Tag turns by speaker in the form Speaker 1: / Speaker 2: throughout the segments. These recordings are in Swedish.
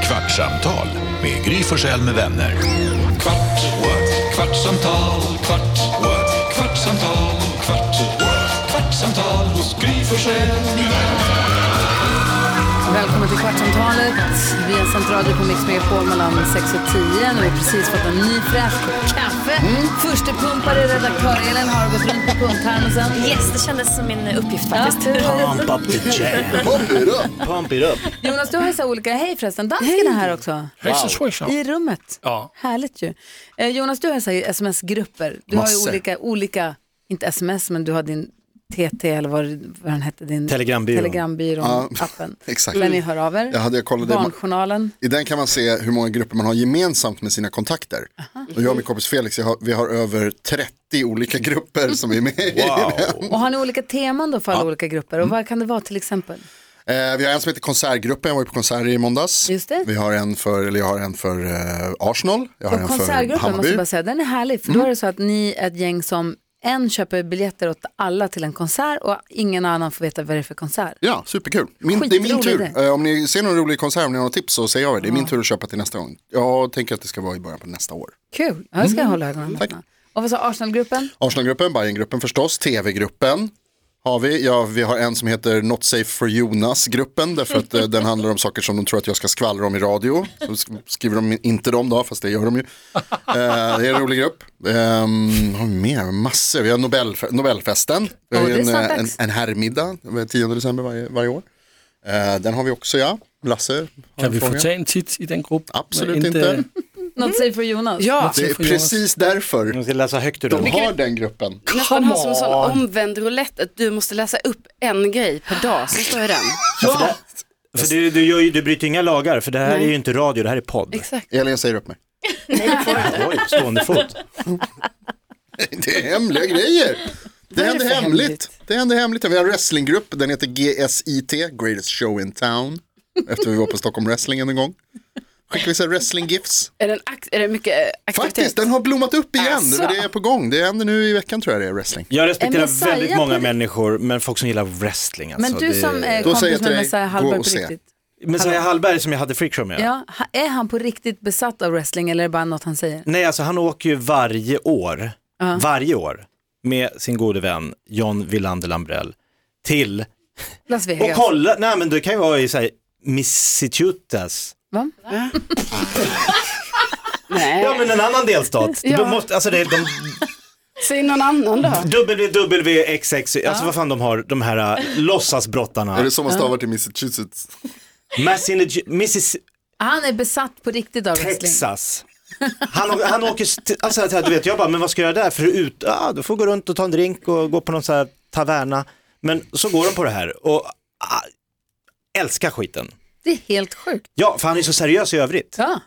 Speaker 1: Kvartsamtal med Gry Forssell med vänner.
Speaker 2: Kvart, what? kvartsamtal, kvart, what? kvartsamtal, kvart, what? kvartsamtal hos Gry Forssell med vänner.
Speaker 3: Välkommen till Kvartsamtalet. Vi har sänt radio på Mix Megapol mellan 6 och 10. Nu har vi precis fått en ny fräsch kopp kaffe. Förstepumpare redaktör Elin har gått runt på pumptermosen.
Speaker 4: Yes, det kändes som min uppgift faktiskt.
Speaker 5: Pump up the jam. Pump it up. Pump it up.
Speaker 3: Jonas, du har ju så här olika, hej förresten, dansken är här också. I rummet.
Speaker 6: Ja.
Speaker 3: Härligt ju. Eh, Jonas, du har så här sms-grupper. Du har ju
Speaker 6: Massor.
Speaker 3: olika, olika, inte sms, men du har din TT eller vad, vad den hette, din
Speaker 5: Telegrambyrån.
Speaker 3: Telegrambyrån
Speaker 7: Ja,
Speaker 3: appen.
Speaker 7: exakt.
Speaker 3: Där ni hör av er.
Speaker 7: Jag hade- jag kollade-
Speaker 3: Barnjournalen.
Speaker 7: I den kan man se hur många grupper man har gemensamt med sina kontakter. Och jag och min kompis Felix, jag har, vi har över 30 olika grupper som vi är med i.
Speaker 3: Och har ni olika teman då för alla olika grupper? Och vad kan det vara till exempel?
Speaker 7: Eh, vi har en som heter Konsertgruppen, jag var ju på konsert i måndags.
Speaker 3: Just det.
Speaker 7: Vi har en för, eller jag har en för eh, Arsenal, jag har
Speaker 3: Och
Speaker 7: en för
Speaker 3: konsertgruppen måste
Speaker 7: Hammarby.
Speaker 3: jag bara säga, den är härlig. För då är det så att ni är ett gäng som en köper biljetter åt alla till en konsert och ingen annan får veta vad det är för konsert.
Speaker 7: Ja, superkul. Min, det är min
Speaker 3: Skitrolig
Speaker 7: tur.
Speaker 3: idé.
Speaker 7: Eh, om ni ser någon rolig konsert, om ni har något tips så säger jag det. Det är min tur att köpa till nästa gång. Jag tänker att det ska vara i början på nästa år.
Speaker 3: Kul, ja, jag ska hålla ögonen på. Och vad sa Arsenalgruppen?
Speaker 7: Arsenalgruppen, Bayerngruppen förstås, TV-gruppen har vi. Ja, vi har en som heter Not Safe for Jonas-gruppen, därför att eh, den handlar om saker som de tror att jag ska skvallra om i radio. Så sk- skriver de inte dem då, fast det gör de ju. Eh, det är en rolig grupp. Ehm, har vi mer? Massor. Vi har Nobelf- Nobelfesten. Vi har
Speaker 3: Åh, det är
Speaker 7: en,
Speaker 3: snart
Speaker 7: eh, en,
Speaker 3: dags.
Speaker 7: en herrmiddag, eh, 10 december varje, varje år. Eh, den har vi också, ja. Lasse? har
Speaker 6: Kan
Speaker 7: en
Speaker 6: vi få
Speaker 7: fråga.
Speaker 6: ta en titt i den gruppen?
Speaker 7: Absolut
Speaker 6: Men
Speaker 7: inte.
Speaker 3: Något säger för Jonas?
Speaker 8: Ja,
Speaker 7: Det är precis därför
Speaker 5: De ska läsa högt ur
Speaker 7: de
Speaker 5: den.
Speaker 7: har den gruppen.
Speaker 8: nästan ha som en sån omvänd roulette att du måste läsa upp en grej per dag, så står ju den.
Speaker 5: För du, du, gör ju, du bryter inga lagar, för det här är ju inte radio, det här är podd.
Speaker 8: Exakt.
Speaker 7: Elin säger upp mig.
Speaker 5: Oj, stående fot.
Speaker 7: Det är hemliga grejer. Det
Speaker 3: är
Speaker 7: händer
Speaker 3: det för
Speaker 7: hemligt.
Speaker 3: hemligt?
Speaker 7: Det händer hemligt. Vi har en wrestlinggrupp, den heter GSIT, Greatest Show in Town. Efter vi var på Stockholm Wrestling en gång. Skickar vi så här wrestling gifts.
Speaker 8: Är, den ak- är det mycket eh, aktivitet?
Speaker 7: Faktiskt, den har blommat upp igen.
Speaker 8: Asså.
Speaker 7: Det är på gång. Det händer nu i veckan tror jag det är wrestling.
Speaker 5: Jag
Speaker 3: En Messiah
Speaker 5: respekterar väldigt
Speaker 3: på
Speaker 5: många
Speaker 3: det-
Speaker 5: människor, men folk som gillar wrestling alltså.
Speaker 3: Men du
Speaker 5: det...
Speaker 3: som är
Speaker 7: Då säger
Speaker 3: kompis med
Speaker 7: jag till dig,
Speaker 3: Messiah
Speaker 7: gå
Speaker 3: Hallberg på
Speaker 7: och se.
Speaker 3: riktigt.
Speaker 5: Messiah Hallberg som jag hade freakshow med.
Speaker 3: Ja, ha- är han på riktigt besatt av wrestling eller är det bara något han säger?
Speaker 5: Nej, alltså han åker ju varje år, varje år, med sin gode vän John Wilander Lambrell till,
Speaker 3: Las
Speaker 5: och
Speaker 3: Vegas.
Speaker 5: kolla, nej men det kan ju vara i så här, Mississippi
Speaker 3: Va?
Speaker 8: Nej,
Speaker 5: Ja men en annan delstat.
Speaker 8: Ja.
Speaker 5: De måste, alltså det är de,
Speaker 8: säg någon annan då.
Speaker 5: WWXX, alltså vad fan de har, de här äh, låtsasbrottarna.
Speaker 7: Är det så man stavar till Massachusetts?
Speaker 5: Massinage- Mrs
Speaker 3: Han är besatt på riktigt av wrestling.
Speaker 5: Texas. Han, å- han åker, st- alltså så här, du vet jag bara, men vad ska jag göra där? För ut, ah, du får gå runt och ta en drink och gå på någon så här taverna. Men så går de på det här och ah, älskar skiten.
Speaker 3: Det är helt sjukt.
Speaker 5: Ja, för han är så seriös i övrigt.
Speaker 3: Ja.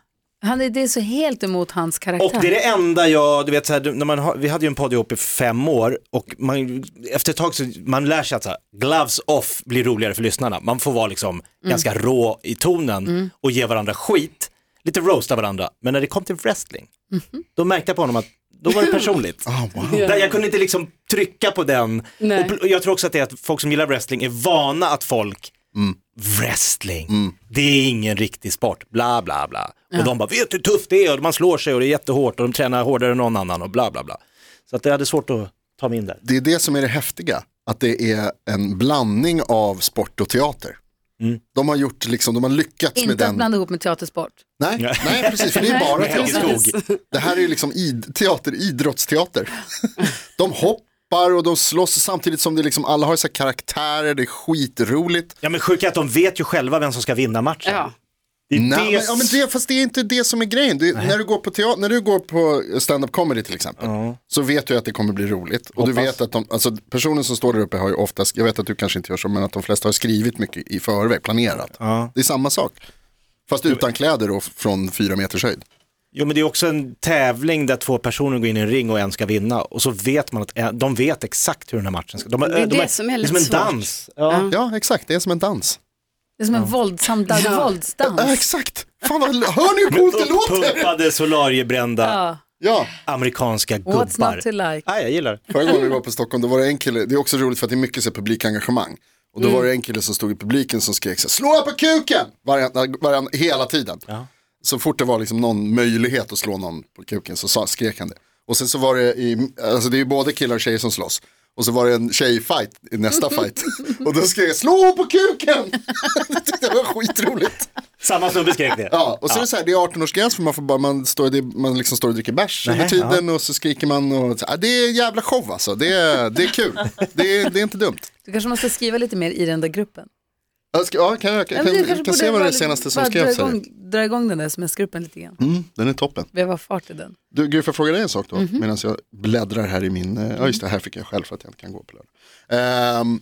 Speaker 3: Han är, det är så helt emot hans karaktär.
Speaker 5: Och det är det enda jag, du vet så här, du- när man har, vi hade ju en podd ihop i fem år och man, efter ett tag så, man lär sig att så här, gloves off blir roligare för lyssnarna. Man får vara liksom ganska rå i tonen och ge varandra skit, lite roasta varandra. Men när det kom till wrestling, då märkte jag på honom att då var det personligt. Där jag kunde inte liksom trycka på den. Och,
Speaker 8: Nej.
Speaker 5: pl- och jag tror också att det är att folk som gillar wrestling är vana att folk wrestling, det är ingen riktig sport, bla bla bla. Och de bara, vet du hur tufft det är? Och man slår sig och det är jättehårt och de tränar hårdare än någon annan och bla bla bla. Så att det hade svårt att ta mig in där.
Speaker 7: Det är det som är det häftiga, att det är en blandning av sport och teater. De har gjort liksom, de har lyckats med
Speaker 3: Inte att
Speaker 7: den.
Speaker 3: blanda ihop med teatersport.
Speaker 7: Nej, nej, precis, för det är bara teater.
Speaker 5: Skog.
Speaker 7: Det här är ju liksom id- teater, idrottsteater. De hoppar och de slåss samtidigt som det liksom, alla har så här karaktärer, det är skitroligt.
Speaker 5: Ja men sjuka är att de vet ju själva vem som ska vinna matchen.
Speaker 8: Ja.
Speaker 5: Det är
Speaker 7: Nej,
Speaker 5: det-
Speaker 7: men, ja, men det, fast det är inte det som är grejen. Du, när du går på, teater, när du går på stand-up comedy till exempel, så vet du att det kommer bli roligt. Och du vet att de, alltså, personen som står där uppe har ju oftast, jag vet att du kanske inte gör så, men att de flesta har skrivit mycket i förväg, planerat. Det är samma sak. Fast utan kläder och från fyra meters höjd.
Speaker 5: Jo men det är också en tävling där två personer går in i en ring och en ska vinna. Och så vet man att en, de vet exakt hur den här matchen ska... De,
Speaker 8: Det är det som är lite
Speaker 5: som en
Speaker 8: svårt.
Speaker 5: dans. Ja.
Speaker 7: Ja, exakt, det är som en dans.
Speaker 3: Det är som en våldsam dans. våldsdans.
Speaker 7: Ja, exakt, fan vad, hör ni hur coolt det låter?
Speaker 5: Pumpade, solariebrända,
Speaker 3: Ja.
Speaker 7: Ja.
Speaker 5: amerikanska
Speaker 3: What's
Speaker 5: gubbar.
Speaker 3: not to like?
Speaker 5: Nej, jag gillar det.
Speaker 7: Förra gången vi var på Stockholm, då var det en kille, det är också roligt för att det är mycket så här publikengagemang. Och då var det en kille som stod i publiken som skrek så här, slå på kuken! Varje, varje, hela tiden. Så fort det var liksom någon möjlighet att slå någon på kuken så sa, skrek han det. Och sen så var det, i, alltså det är ju både killar och tjejer som slåss. Och så var det en tjejfight i nästa fight. Och då skrek jag slå på kuken! Jag tyckte det var skitroligt.
Speaker 5: Samma snubbe skrek det.
Speaker 7: Ja, och så är det så här, det är 18-årsgräns för man får bara, man står, det, man liksom står och dricker bärs under tiden och så skriker man och så, ja, det är en jävla show alltså, det är, det är kul, det är, det är inte dumt.
Speaker 3: Du kanske måste skriva lite mer i den där gruppen.
Speaker 7: Jag ska, ja, kan jag kan,
Speaker 3: Ja, men du kanske
Speaker 7: kan, kan,
Speaker 3: borde
Speaker 7: se vad
Speaker 3: bara
Speaker 7: det
Speaker 3: lite-
Speaker 7: senaste som
Speaker 3: bara
Speaker 7: skrevs
Speaker 3: dra
Speaker 7: här är.
Speaker 3: igång, dra igång den där sms-gruppen lite grann.
Speaker 7: Mm, den är toppen.
Speaker 3: Veva fart i den.
Speaker 7: Du, Gry, får jag fråga dig en sak då?
Speaker 3: Mm-hmm.
Speaker 7: Medan jag bläddrar här i min, eh, ja just det, här fick jag själv för att jag inte kan gå på lördag. Ehm,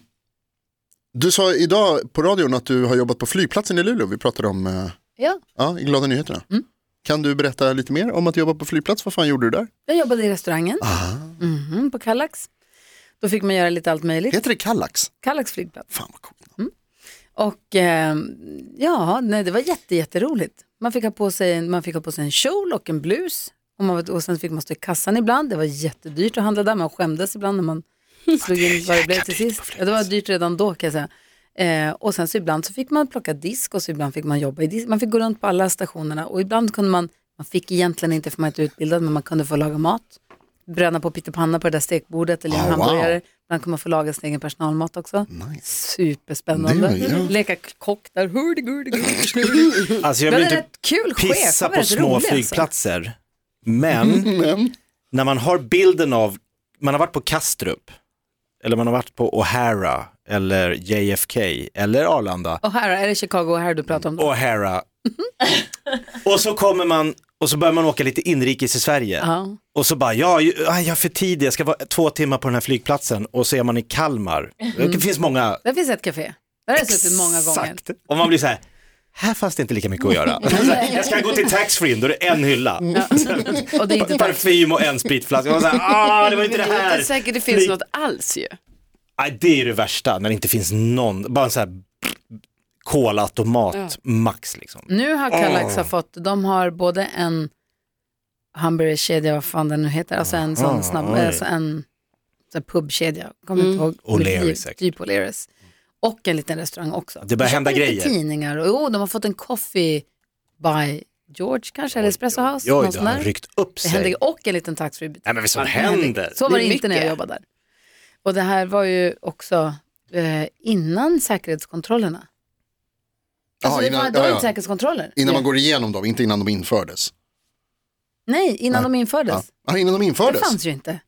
Speaker 7: du sa idag på radion att du har jobbat på flygplatsen i Luleå, vi pratade om, eh,
Speaker 3: Ja.
Speaker 7: ja, i Glada Nyheterna.
Speaker 3: Mm.
Speaker 7: Kan du berätta lite mer om att jobba på flygplats, vad fan gjorde du där?
Speaker 3: Jag jobbade i restaurangen Mhm, på Kallax. Då fick man göra lite allt möjligt.
Speaker 7: Heter det Kallax?
Speaker 3: Kallax flygplats.
Speaker 7: Fan vad coolt.
Speaker 3: Och eh, ja, nej, det var jätte, jätteroligt. Man fick, ha på sig en, man fick ha på sig en kjol och en blus. Och, man, var- och sen fick man stå i kassan ibland. Det var jättedyrt att handla där. Man skämdes ibland när man slog in vad det blev till sist. Ja, det var dyrt redan då kan jag säga. Eh, och sen så ibland så fick man plocka disk och så ibland fick man jobba i disk. Man fick gå runt på alla stationerna och ibland kunde man, man fick egentligen inte för man är inte utbildad, men man kunde få laga mat. Bränna på pyttipanna på det där stekbordet eller göra
Speaker 7: Ah, wow.
Speaker 3: hamburgare. Ibland kunde man få laga sin egen personalmat också. Superspännande.
Speaker 7: Det är- ja.
Speaker 3: Leka kock där. Hurdy-gurdy-gurdy.
Speaker 5: Alltså
Speaker 3: Det
Speaker 5: jag
Speaker 3: var
Speaker 5: vill
Speaker 3: en
Speaker 5: inte
Speaker 3: rätt kul chef.
Speaker 5: pissa
Speaker 3: Han var
Speaker 5: på
Speaker 3: rätt
Speaker 5: små
Speaker 3: rolig, alltså.
Speaker 5: flygplatser. Men när man har bilden av, man har varit på Kastrup, eller man har varit på O'Hara, eller JFK, eller Arlanda,
Speaker 3: Alltså. Och här är det Chicago och här du pratar om. Då.
Speaker 5: O'Hara. och så kommer man, och så börjar man åka lite inrikes i Sverige.
Speaker 3: Ja.
Speaker 5: Och så bara, ja, ju- aj, jag är för tidig, jag ska vara två timmar på den här flygplatsen och så är man i Kalmar. Det finns många
Speaker 3: Där finns ett café. Där har Mm. jag suttit många gånger.
Speaker 5: Exakt. Och man blir så här, här fanns det inte lika mycket att göra. Så här, jag ska gå till taxfree, då är det en hylla.
Speaker 3: Mm. Och det är inte tack.
Speaker 5: Parfym och en spritflaska. Man var så här, ah, det var inte det
Speaker 8: Det är
Speaker 5: här.
Speaker 8: inte säkert det finns
Speaker 5: Flyg-
Speaker 8: något alls ju.
Speaker 5: Nej, det är det värsta, när det inte finns någon, bara en så här kolautomat max liksom.
Speaker 3: Nu har Kallax har fått, de har både en hamburgerkedja, vad fan den nu heter, alltså en sån
Speaker 5: Ah,
Speaker 3: snabb,
Speaker 5: oj. Mm.
Speaker 3: alltså en sån här pubkedja, kommer inte ihåg.
Speaker 5: O'Learys
Speaker 3: Dyr-
Speaker 5: säkert.
Speaker 3: Typ O'Learys. Och en liten restaurang också.
Speaker 5: Det börjar
Speaker 3: De
Speaker 5: hända
Speaker 3: köper
Speaker 5: grejer.
Speaker 3: Lite tidningar och jo, de har fått en coffee by George kanske, eller Espresso House.
Speaker 5: Oj,
Speaker 3: någon
Speaker 5: det
Speaker 3: sån
Speaker 5: har
Speaker 3: där.
Speaker 5: ryckt upp
Speaker 3: Det
Speaker 5: sig.
Speaker 3: hände, och en liten taxfreebutik.
Speaker 5: Nej men vad som
Speaker 3: hände-
Speaker 5: händer?
Speaker 3: Så var
Speaker 8: Det
Speaker 3: det
Speaker 8: är
Speaker 3: inte när jag
Speaker 8: mycket.
Speaker 3: jobbade där. Och det här var ju också eh, innan säkerhetskontrollerna. Alltså
Speaker 7: Ja,
Speaker 3: det
Speaker 7: innan-
Speaker 3: var, det var
Speaker 7: ja,
Speaker 3: ju
Speaker 7: ja.
Speaker 3: inte säkerhetskontroller.
Speaker 7: Innan man går igenom dem, inte innan de infördes.
Speaker 3: Nej, innan de infördes.
Speaker 7: Ja. Ah, innan de
Speaker 3: Det
Speaker 7: infördes?
Speaker 3: fanns ju inte.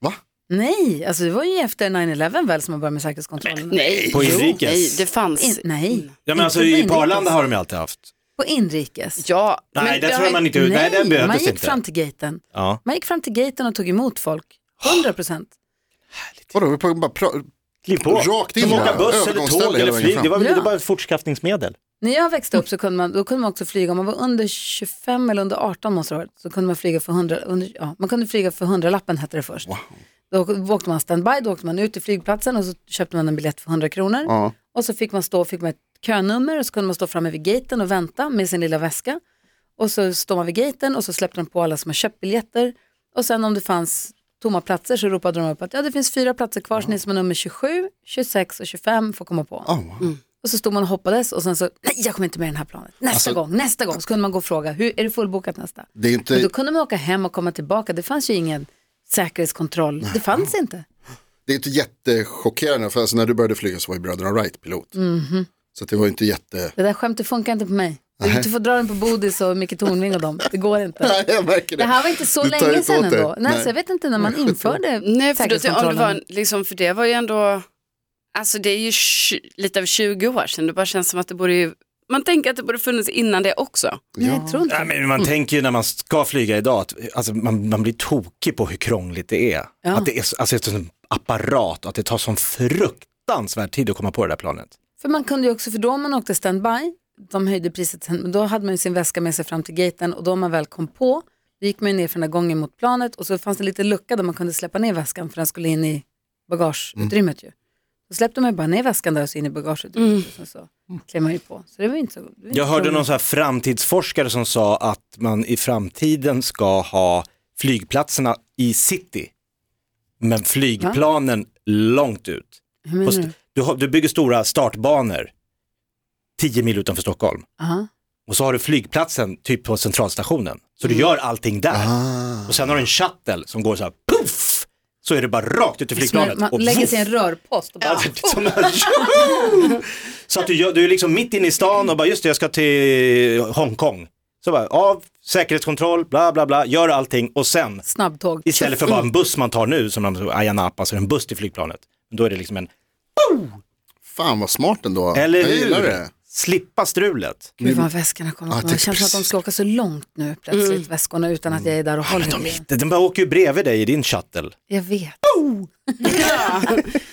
Speaker 7: Va?
Speaker 3: Nej, alltså det var ju efter 9-11 väl som man började med säkerhetskontrollerna.
Speaker 8: Nej,
Speaker 5: På
Speaker 8: jo,
Speaker 5: inrikes?
Speaker 8: nej, det fanns.
Speaker 3: In, nej.
Speaker 5: Ja men alltså
Speaker 3: Inte
Speaker 5: i
Speaker 3: på
Speaker 5: på
Speaker 3: inrikes.
Speaker 5: Arlanda har de ju alltid haft.
Speaker 3: På inrikes.
Speaker 8: Ja,
Speaker 5: Nej,
Speaker 8: men
Speaker 5: där
Speaker 8: det
Speaker 5: tror jag
Speaker 8: har-
Speaker 5: man inte, nej, den
Speaker 3: man
Speaker 5: behövdes
Speaker 3: gick
Speaker 5: inte.
Speaker 3: fram till gaten.
Speaker 5: Ja.
Speaker 3: Man gick fram till gaten och tog emot folk. 100 procent.
Speaker 7: Vadå, vi bara pra-
Speaker 5: Kliv på.
Speaker 7: Rakt in
Speaker 5: De åker
Speaker 7: bara.
Speaker 5: buss eller
Speaker 7: Övergångsställe
Speaker 5: tåg
Speaker 7: hela
Speaker 5: eller
Speaker 7: vägen
Speaker 5: flyg,
Speaker 7: fram.
Speaker 5: det var väl
Speaker 3: Ja.
Speaker 5: det var bara ett fortskaffningsmedel.
Speaker 3: När jag växte upp så kunde man, då kunde man också flyga, om man var under 25 eller under 18 måste det ha varit, så kunde man flyga för 100, under, ja, man kunde flyga för 100 lappen hette det först. Då åkte man standby, då åkte man ut till flygplatsen och så köpte man en biljett för 100 kronor.
Speaker 7: Ja.
Speaker 3: Och så fick man stå, fick man ett könummer och så kunde man stå framme vid gaten och vänta med sin lilla väska. Och så står man vid gaten och så släppte de på alla som har köpt biljetter. Och sen om det fanns tomma platser så ropade de upp att ja, det finns fyra platser kvar så ni som är nummer 27, 26 och 25 får komma på.
Speaker 7: Oh, wow.
Speaker 3: Och så stod man och hoppades och sen så, nej jag kommer inte med i den här planet. Nästa
Speaker 7: Alltså-
Speaker 3: gång, nästa gång. Så kunde man gå och fråga, hur är det fullbokat nästa?
Speaker 7: Det är
Speaker 3: Men då
Speaker 7: inte,
Speaker 3: kunde man åka hem och komma tillbaka. Det fanns ju ingen säkerhetskontroll. Det fanns inte.
Speaker 7: det är inte jättechockerande, för alltså när du började flyga så var ju bröderna Wright pilot.
Speaker 3: Mhm.
Speaker 7: Så det var ju inte jätte...
Speaker 3: Det där skämtet funkar inte på mig. Du, du får dra den på Bodis och Micke Tornving och dem. Det går inte.
Speaker 7: Nej, jag märker det.
Speaker 3: Det här var inte så
Speaker 7: Du tar
Speaker 3: länge
Speaker 7: inte
Speaker 3: sedan
Speaker 7: åt dig.
Speaker 3: ändå. Nej,
Speaker 7: Nej.
Speaker 3: Så jag vet inte när man införde
Speaker 8: Nej, för, då, om det
Speaker 3: säkerhetskontrollen.
Speaker 8: var, en- liksom, för det var ju ändå, alltså det är ju tj- lite över 20 år sedan, det bara känns som att det borde ju, man tänker att det borde funnits innan det också.
Speaker 3: Nej, jag tror inte.
Speaker 5: Nej, men man tänker ju när man ska flyga idag att alltså, man, man blir tokig på hur krångligt det är.
Speaker 3: Ja.
Speaker 5: Att det är så- alltså, ett sånt apparat och att det tar sån fruktansvärd tid att komma på det där planet.
Speaker 3: För man kunde ju också, för då om man åkte standby, de höjde priset sen, men då hade man ju sin väska med sig fram till gaten och då om man väl kom på, då gick man ju ner för den där gången mot planet och så fanns det en liten lucka där man kunde släppa ner väskan för den skulle in i bagageutrymmet ju. Då släppte man ju bara ner väskan där och så in i bagageutrymmet och sen så klev man ju på. Så det var ju inte så... det var inte
Speaker 5: Jag
Speaker 3: så
Speaker 5: hörde
Speaker 3: roligt.
Speaker 5: någon så här framtidsforskare som sa att man i framtiden ska ha flygplatserna i city, men flygplanen långt ut.
Speaker 3: Hur menar
Speaker 5: Och st-
Speaker 3: du?
Speaker 5: Du, har- du bygger stora startbanor, 10 mil utanför Stockholm.
Speaker 3: Aha.
Speaker 5: Och så har du flygplatsen typ på centralstationen. Så
Speaker 3: Mm.
Speaker 5: du gör allting där.
Speaker 3: Ah.
Speaker 5: Och sen har du en shuttle som går så här, puff! Så är det bara rakt ut i flygplanet.
Speaker 3: Man
Speaker 5: och
Speaker 3: lägger sig i en
Speaker 5: voff!
Speaker 3: rörpost och bara...
Speaker 5: Alltså, det är som en- Tjoho! så att du, gör, du är liksom mitt inne i stan och bara just det jag ska till Hongkong. Så bara av, säkerhetskontroll, bla bla bla, gör allting och sen
Speaker 3: Snabbtåg. Mm.
Speaker 5: istället för bara en buss man tar nu som de- Ayia Napa så är det en buss till flygplanet. Men då är det liksom en,
Speaker 7: Fan vad smart ändå.
Speaker 5: eller
Speaker 7: Jag gillar
Speaker 5: hur?
Speaker 7: det.
Speaker 5: Slippa strulet.
Speaker 3: Gud vad väskorna kommer
Speaker 7: Ja,
Speaker 3: att
Speaker 7: det-
Speaker 3: Det känns som att de ska åka så långt nu plötsligt, väskorna, utan
Speaker 5: Mm.
Speaker 3: att jag är där och håller i det.
Speaker 5: Den den bara åker ju bredvid dig i din shuttle.
Speaker 3: Jag vet.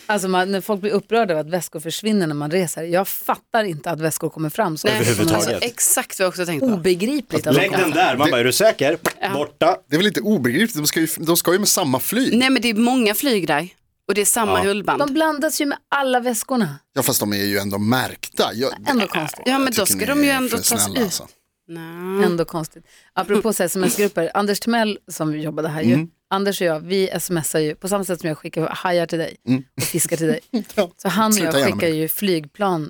Speaker 3: alltså man, när folk blir upprörda över att väskor försvinner när man reser. Jag fattar inte att väskor kommer fram så.
Speaker 5: Överhuvudtaget.
Speaker 8: Alltså, exakt vad jag också tänkte på.
Speaker 3: Obegripligt. alltså. att de
Speaker 5: Lägg
Speaker 3: kan-
Speaker 5: den där, man bara är du säker? Borta.
Speaker 7: Det är väl inte obegripligt, de ska ju, de ska ju med samma flyg.
Speaker 8: Nej men det är många flyg där och det är samma rullband.
Speaker 3: De blandas ju med alla väskorna.
Speaker 7: Ja fast de är ju ändå märkta. Jag,
Speaker 3: Ändå konstigt.
Speaker 8: Ja men
Speaker 7: jag
Speaker 8: då
Speaker 7: tycker
Speaker 8: ska
Speaker 7: ni
Speaker 8: de ju
Speaker 7: är
Speaker 8: ändå
Speaker 7: för
Speaker 8: tas
Speaker 7: snälla,
Speaker 8: ut.
Speaker 7: alltså.
Speaker 8: Nej.
Speaker 3: Ändå konstigt. Apropå så här sms-grupper, Anders Timell som jobbade här ju, Anders och jag, vi smsar ju på samma sätt som jag skickar hajar till dig och fiskar till dig.
Speaker 7: Ja,
Speaker 3: Så han och
Speaker 7: sluta
Speaker 3: jag
Speaker 7: gärna
Speaker 3: skickar
Speaker 7: med
Speaker 3: ju flygplan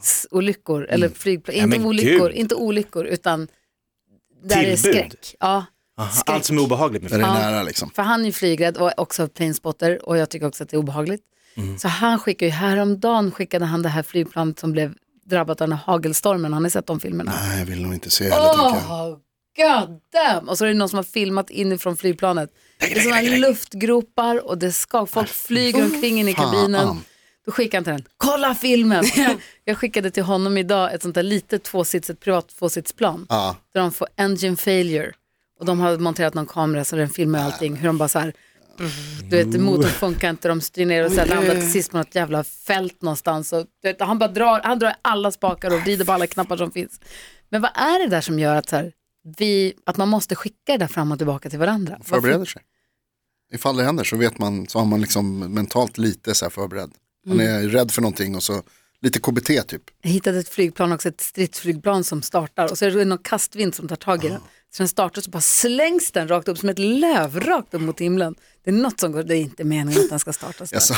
Speaker 3: s- olyckor, eller flygplan,
Speaker 5: Nej,
Speaker 3: inte
Speaker 5: men
Speaker 3: olyckor,
Speaker 5: gud.
Speaker 3: inte olyckor, utan där är
Speaker 5: Tillbud.
Speaker 3: skräck. Ja, skräck.
Speaker 5: Allt som är obehagligt med
Speaker 7: Där det är
Speaker 3: Ja.
Speaker 7: nära liksom.
Speaker 3: För han är ju flygrädd och också planespotter och jag tycker också att det är obehagligt.
Speaker 7: Mm.
Speaker 3: Så han skickar ju, häromdagen skickade han det här flygplanet som blev drabbat av den här hagelstormen, har ni sett de filmerna?
Speaker 7: Nej, jag vill nog inte se heller tänker jag.
Speaker 3: Oh, God damn. Och så är det någon som har filmat inifrån flygplanet. Det är sådana luftgropar och det ska, folk flyger omkring in i kabinen. Då skickar han till den, kolla filmen! jag skickade till honom idag ett sånt där litet tvåsits, ett privat tvåsitsplan.
Speaker 7: Ja.
Speaker 3: Där de får engine failure. Och de har monterat någon kamera så den filmar allting. Hur de bara så här, du vet motorn funkar inte, de styr ner och så här landar till sist på något jävla fält någonstans. Och, du vet, han bara drar, han drar i alla spakar och vrider på alla knappar som finns. Men vad är det där som gör att, så här, vi, att man måste skicka det där fram och tillbaka till varandra?
Speaker 7: Förbereder sig. Ifall det händer så vet man, så har man liksom mentalt lite så här förberedd. Man är rädd för någonting och så lite KBT typ.
Speaker 3: Jag hittade ett flygplan också, ett stridsflygplan som startar och så är det någon kastvind som tar tag i den. Så den startar och så bara slängs den rakt upp som ett löv rakt upp mot himlen. Det är något som går, det är inte meningen att den ska starta så där.
Speaker 7: Jag, så,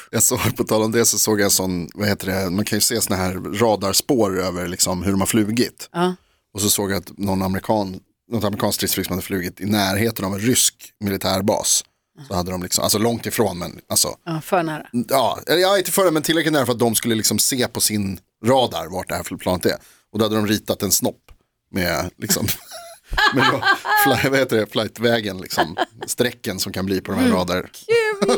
Speaker 7: jag såg, på tal om det så såg jag en sån, vad heter det, man kan ju se såna här radarspår över liksom hur de har flugit.
Speaker 3: Ja.
Speaker 7: Och så såg jag att någon amerikan, något amerikanskt stridsflyg som hade flugit i närheten av en rysk militärbas. Så hade de liksom, alltså långt ifrån men alltså,
Speaker 3: Ja, för nära.
Speaker 7: ja, eller jag är inte för det men tillräckligt nära för att de skulle liksom se på sin radar vart det här flygplanet är. Och då hade de ritat en snopp med liksom, med då, fly, vad heter det, flightvägen liksom, strecken som kan bli på de
Speaker 3: Mm.
Speaker 7: här radar.
Speaker 5: Så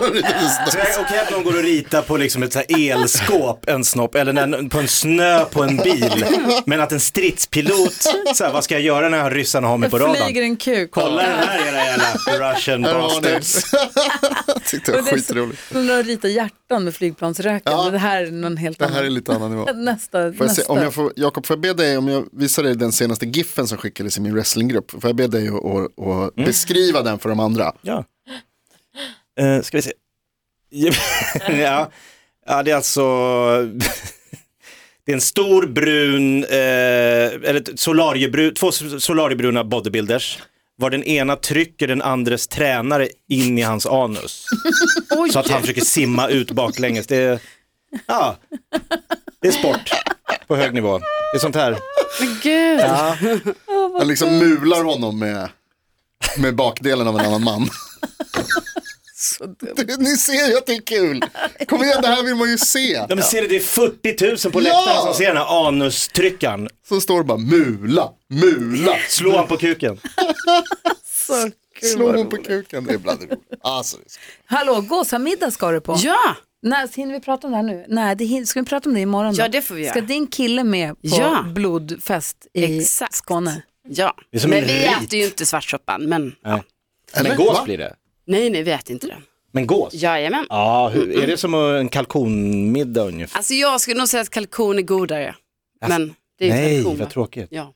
Speaker 5: det är okej att någon går och ritar på liksom ett så här elskåp, en snopp, eller när- på en snö på en bil. Men att en stridspilot, så här, vad ska jag göra när ryssarna har mig på
Speaker 3: flyger
Speaker 5: radarn?
Speaker 3: en kuk.
Speaker 5: Kolla den här era jävla Russian
Speaker 7: Där har ni.
Speaker 5: bastards.
Speaker 7: Tyckte jag
Speaker 3: Och
Speaker 7: var
Speaker 3: det är
Speaker 7: skitroligt.
Speaker 3: så- Hon har ritat hjärtan med flygplansröken.
Speaker 7: Ja.
Speaker 3: Men Det här är någon helt
Speaker 7: Det här är
Speaker 3: annan.
Speaker 7: lite annan nivå.
Speaker 3: Nästa.
Speaker 7: Får jag se,
Speaker 3: nästa.
Speaker 7: om jag får, Jakob, får jag be dig, om jag visar dig den senaste giffen som skickades i min wrestlinggrupp, får jag be dig att att- att beskriva den för de andra?
Speaker 5: Ja. Uh, ska vi se. ja. ja, det är alltså... det är en stor brun, eh, eller ett solariebrun, två solariebruna bodybuilders. Var den ena trycker den andres tränare in i hans anus. så att han försöker simma ut baklänges. Det är, ja, det är sport på hög nivå. Det är sånt här.
Speaker 8: Gud.
Speaker 5: Ja.
Speaker 7: Han liksom mular honom med, med bakdelen av en annan man. Det- Ni ser ju att det är kul. Kom igen, det här vill man ju se.
Speaker 5: men ser du, det är 40 000 på
Speaker 7: Ja!
Speaker 5: läktaren som ser den här anustryckaren.
Speaker 7: Så står det bara mula, mula,
Speaker 5: Slå han på kuken.
Speaker 7: slå hon på kuken. Det är bland annat roligt. Alltså, det är så-
Speaker 3: Hallå, gåsamiddag ska du på.
Speaker 8: Ja,
Speaker 3: När, hinner vi prata om det här nu? Nej, det hin- ska vi prata om det imorgon? då?
Speaker 8: Ja, det får vi
Speaker 3: Ska
Speaker 8: göra.
Speaker 3: din kille med på
Speaker 8: Ja.
Speaker 3: blodfest i
Speaker 8: Exakt.
Speaker 3: Skåne?
Speaker 8: ja.
Speaker 5: är som
Speaker 8: men
Speaker 5: en
Speaker 8: vi
Speaker 5: rit.
Speaker 8: äter ju inte svartsoppan. Men
Speaker 7: Eller?
Speaker 5: Men gås
Speaker 7: Va?
Speaker 5: blir det.
Speaker 8: nej, nej, vi äter inte den.
Speaker 5: Men gås?
Speaker 8: Jajamän.
Speaker 5: Ja, hur, är det som en kalkonmiddag ungefär?
Speaker 8: Alltså jag skulle nog säga att kalkon är godare. Men det är ju
Speaker 5: Alltså, Nej,
Speaker 8: kalkon.
Speaker 5: vad
Speaker 8: va?
Speaker 5: tråkigt.
Speaker 8: Ja.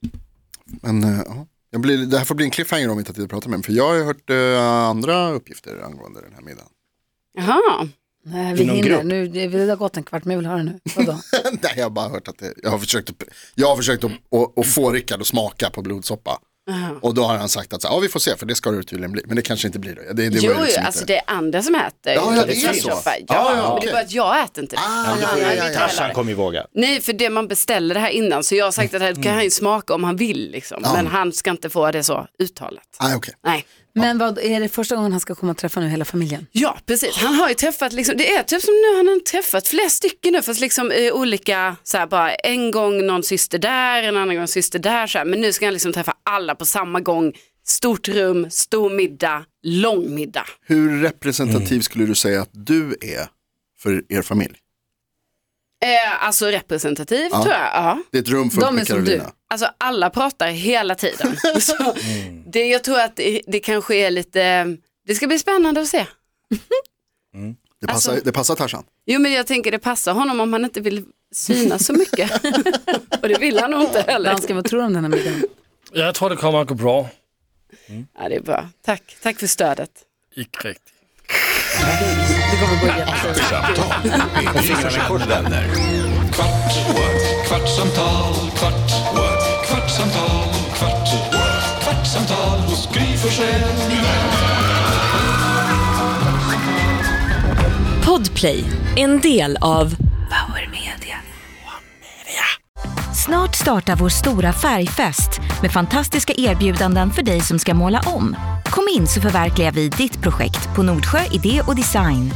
Speaker 7: Men eh, ja, jag blir, det här får bli en cliffhanger om vi inte har tid att prata med honom. För jag har ju hört eh, andra uppgifter angående den här middagen.
Speaker 8: Jaha.
Speaker 3: Nej, vi
Speaker 5: någon
Speaker 3: hinner.
Speaker 5: grupp?
Speaker 3: Nu, det det har gått en kvart, men jag vill ha det nu. Vadå?
Speaker 7: Nej, jag har bara hört att det, jag har försökt, att, jag har försökt att, att, att få Rickard att smaka på blodsoppa. Och då har han sagt att så, här, ja, vi får se, för det ska det tydligen bli. Men det kanske inte blir det. det, det
Speaker 8: Jo,
Speaker 7: var ju liksom
Speaker 8: alltså
Speaker 7: inte-
Speaker 8: det är andra som äter.
Speaker 7: Ja, ja, det är så.
Speaker 8: Ja,
Speaker 7: Ja, ja,
Speaker 8: men det
Speaker 7: okej.
Speaker 8: är bara att jag äter inte det.
Speaker 7: Ah, ja, ja, ja, ja.
Speaker 5: Tarzan kommer ju våga.
Speaker 8: Nej, för det man beställer det här innan, så jag har sagt att det här
Speaker 5: Mm.
Speaker 8: kan han ju smaka om han vill, liksom. men han ska inte få det så
Speaker 5: Ah.
Speaker 8: uttalat.
Speaker 7: Nej, okej.
Speaker 8: Nej.
Speaker 3: Men vad är det första gången han ska komma och träffa nu hela familjen?
Speaker 8: Ja, precis. Han har ju träffat, liksom, det är typ som nu, han har träffat flera stycken nu, fast liksom eh, olika, så här, bara en gång någon syster där, en annan gång syster där, så här. men nu ska han liksom träffa alla på samma gång. Stort rum, stor middag, lång middag.
Speaker 7: Hur representativ skulle du säga att du är för er familj?
Speaker 8: Eh, alltså representativt tror jag. Ja.
Speaker 7: Det är ett rum
Speaker 3: De
Speaker 7: fullt
Speaker 3: är
Speaker 7: med
Speaker 3: som du.
Speaker 7: Carolina.
Speaker 8: Alltså alla pratar hela tiden. Så, det, jag tror att det, det kanske är lite, det ska bli spännande att se.
Speaker 7: Det passar,
Speaker 8: Alltså-
Speaker 7: det passar Tarzan.
Speaker 8: Jo men jag tänker det passar honom om han inte vill synas så mycket. Och det vill han nog inte heller.
Speaker 3: Dansken, vad tror du om den här middagen?
Speaker 6: Jeg tror, det kommer at gå bra.
Speaker 8: Ja, det är bra. Tack, tack för stödet.
Speaker 6: Ikke rigtigt.
Speaker 3: Det kommer gå jättebra.
Speaker 1: Kvartsamtal med Gry Forssell med vänner.
Speaker 2: Kvart, what? kvartsamtal, kvart, what? kvartsamtal, kvart, what? kvartsamtal hos Gry Forssell med vänner.
Speaker 9: Podplay, en del av Power Media. Snart startar vår stora färgfest med fantastiska erbjudanden för dig som ska måla om. Kom in så förverkligar vi ditt projekt på Nordsjö Idé och Design.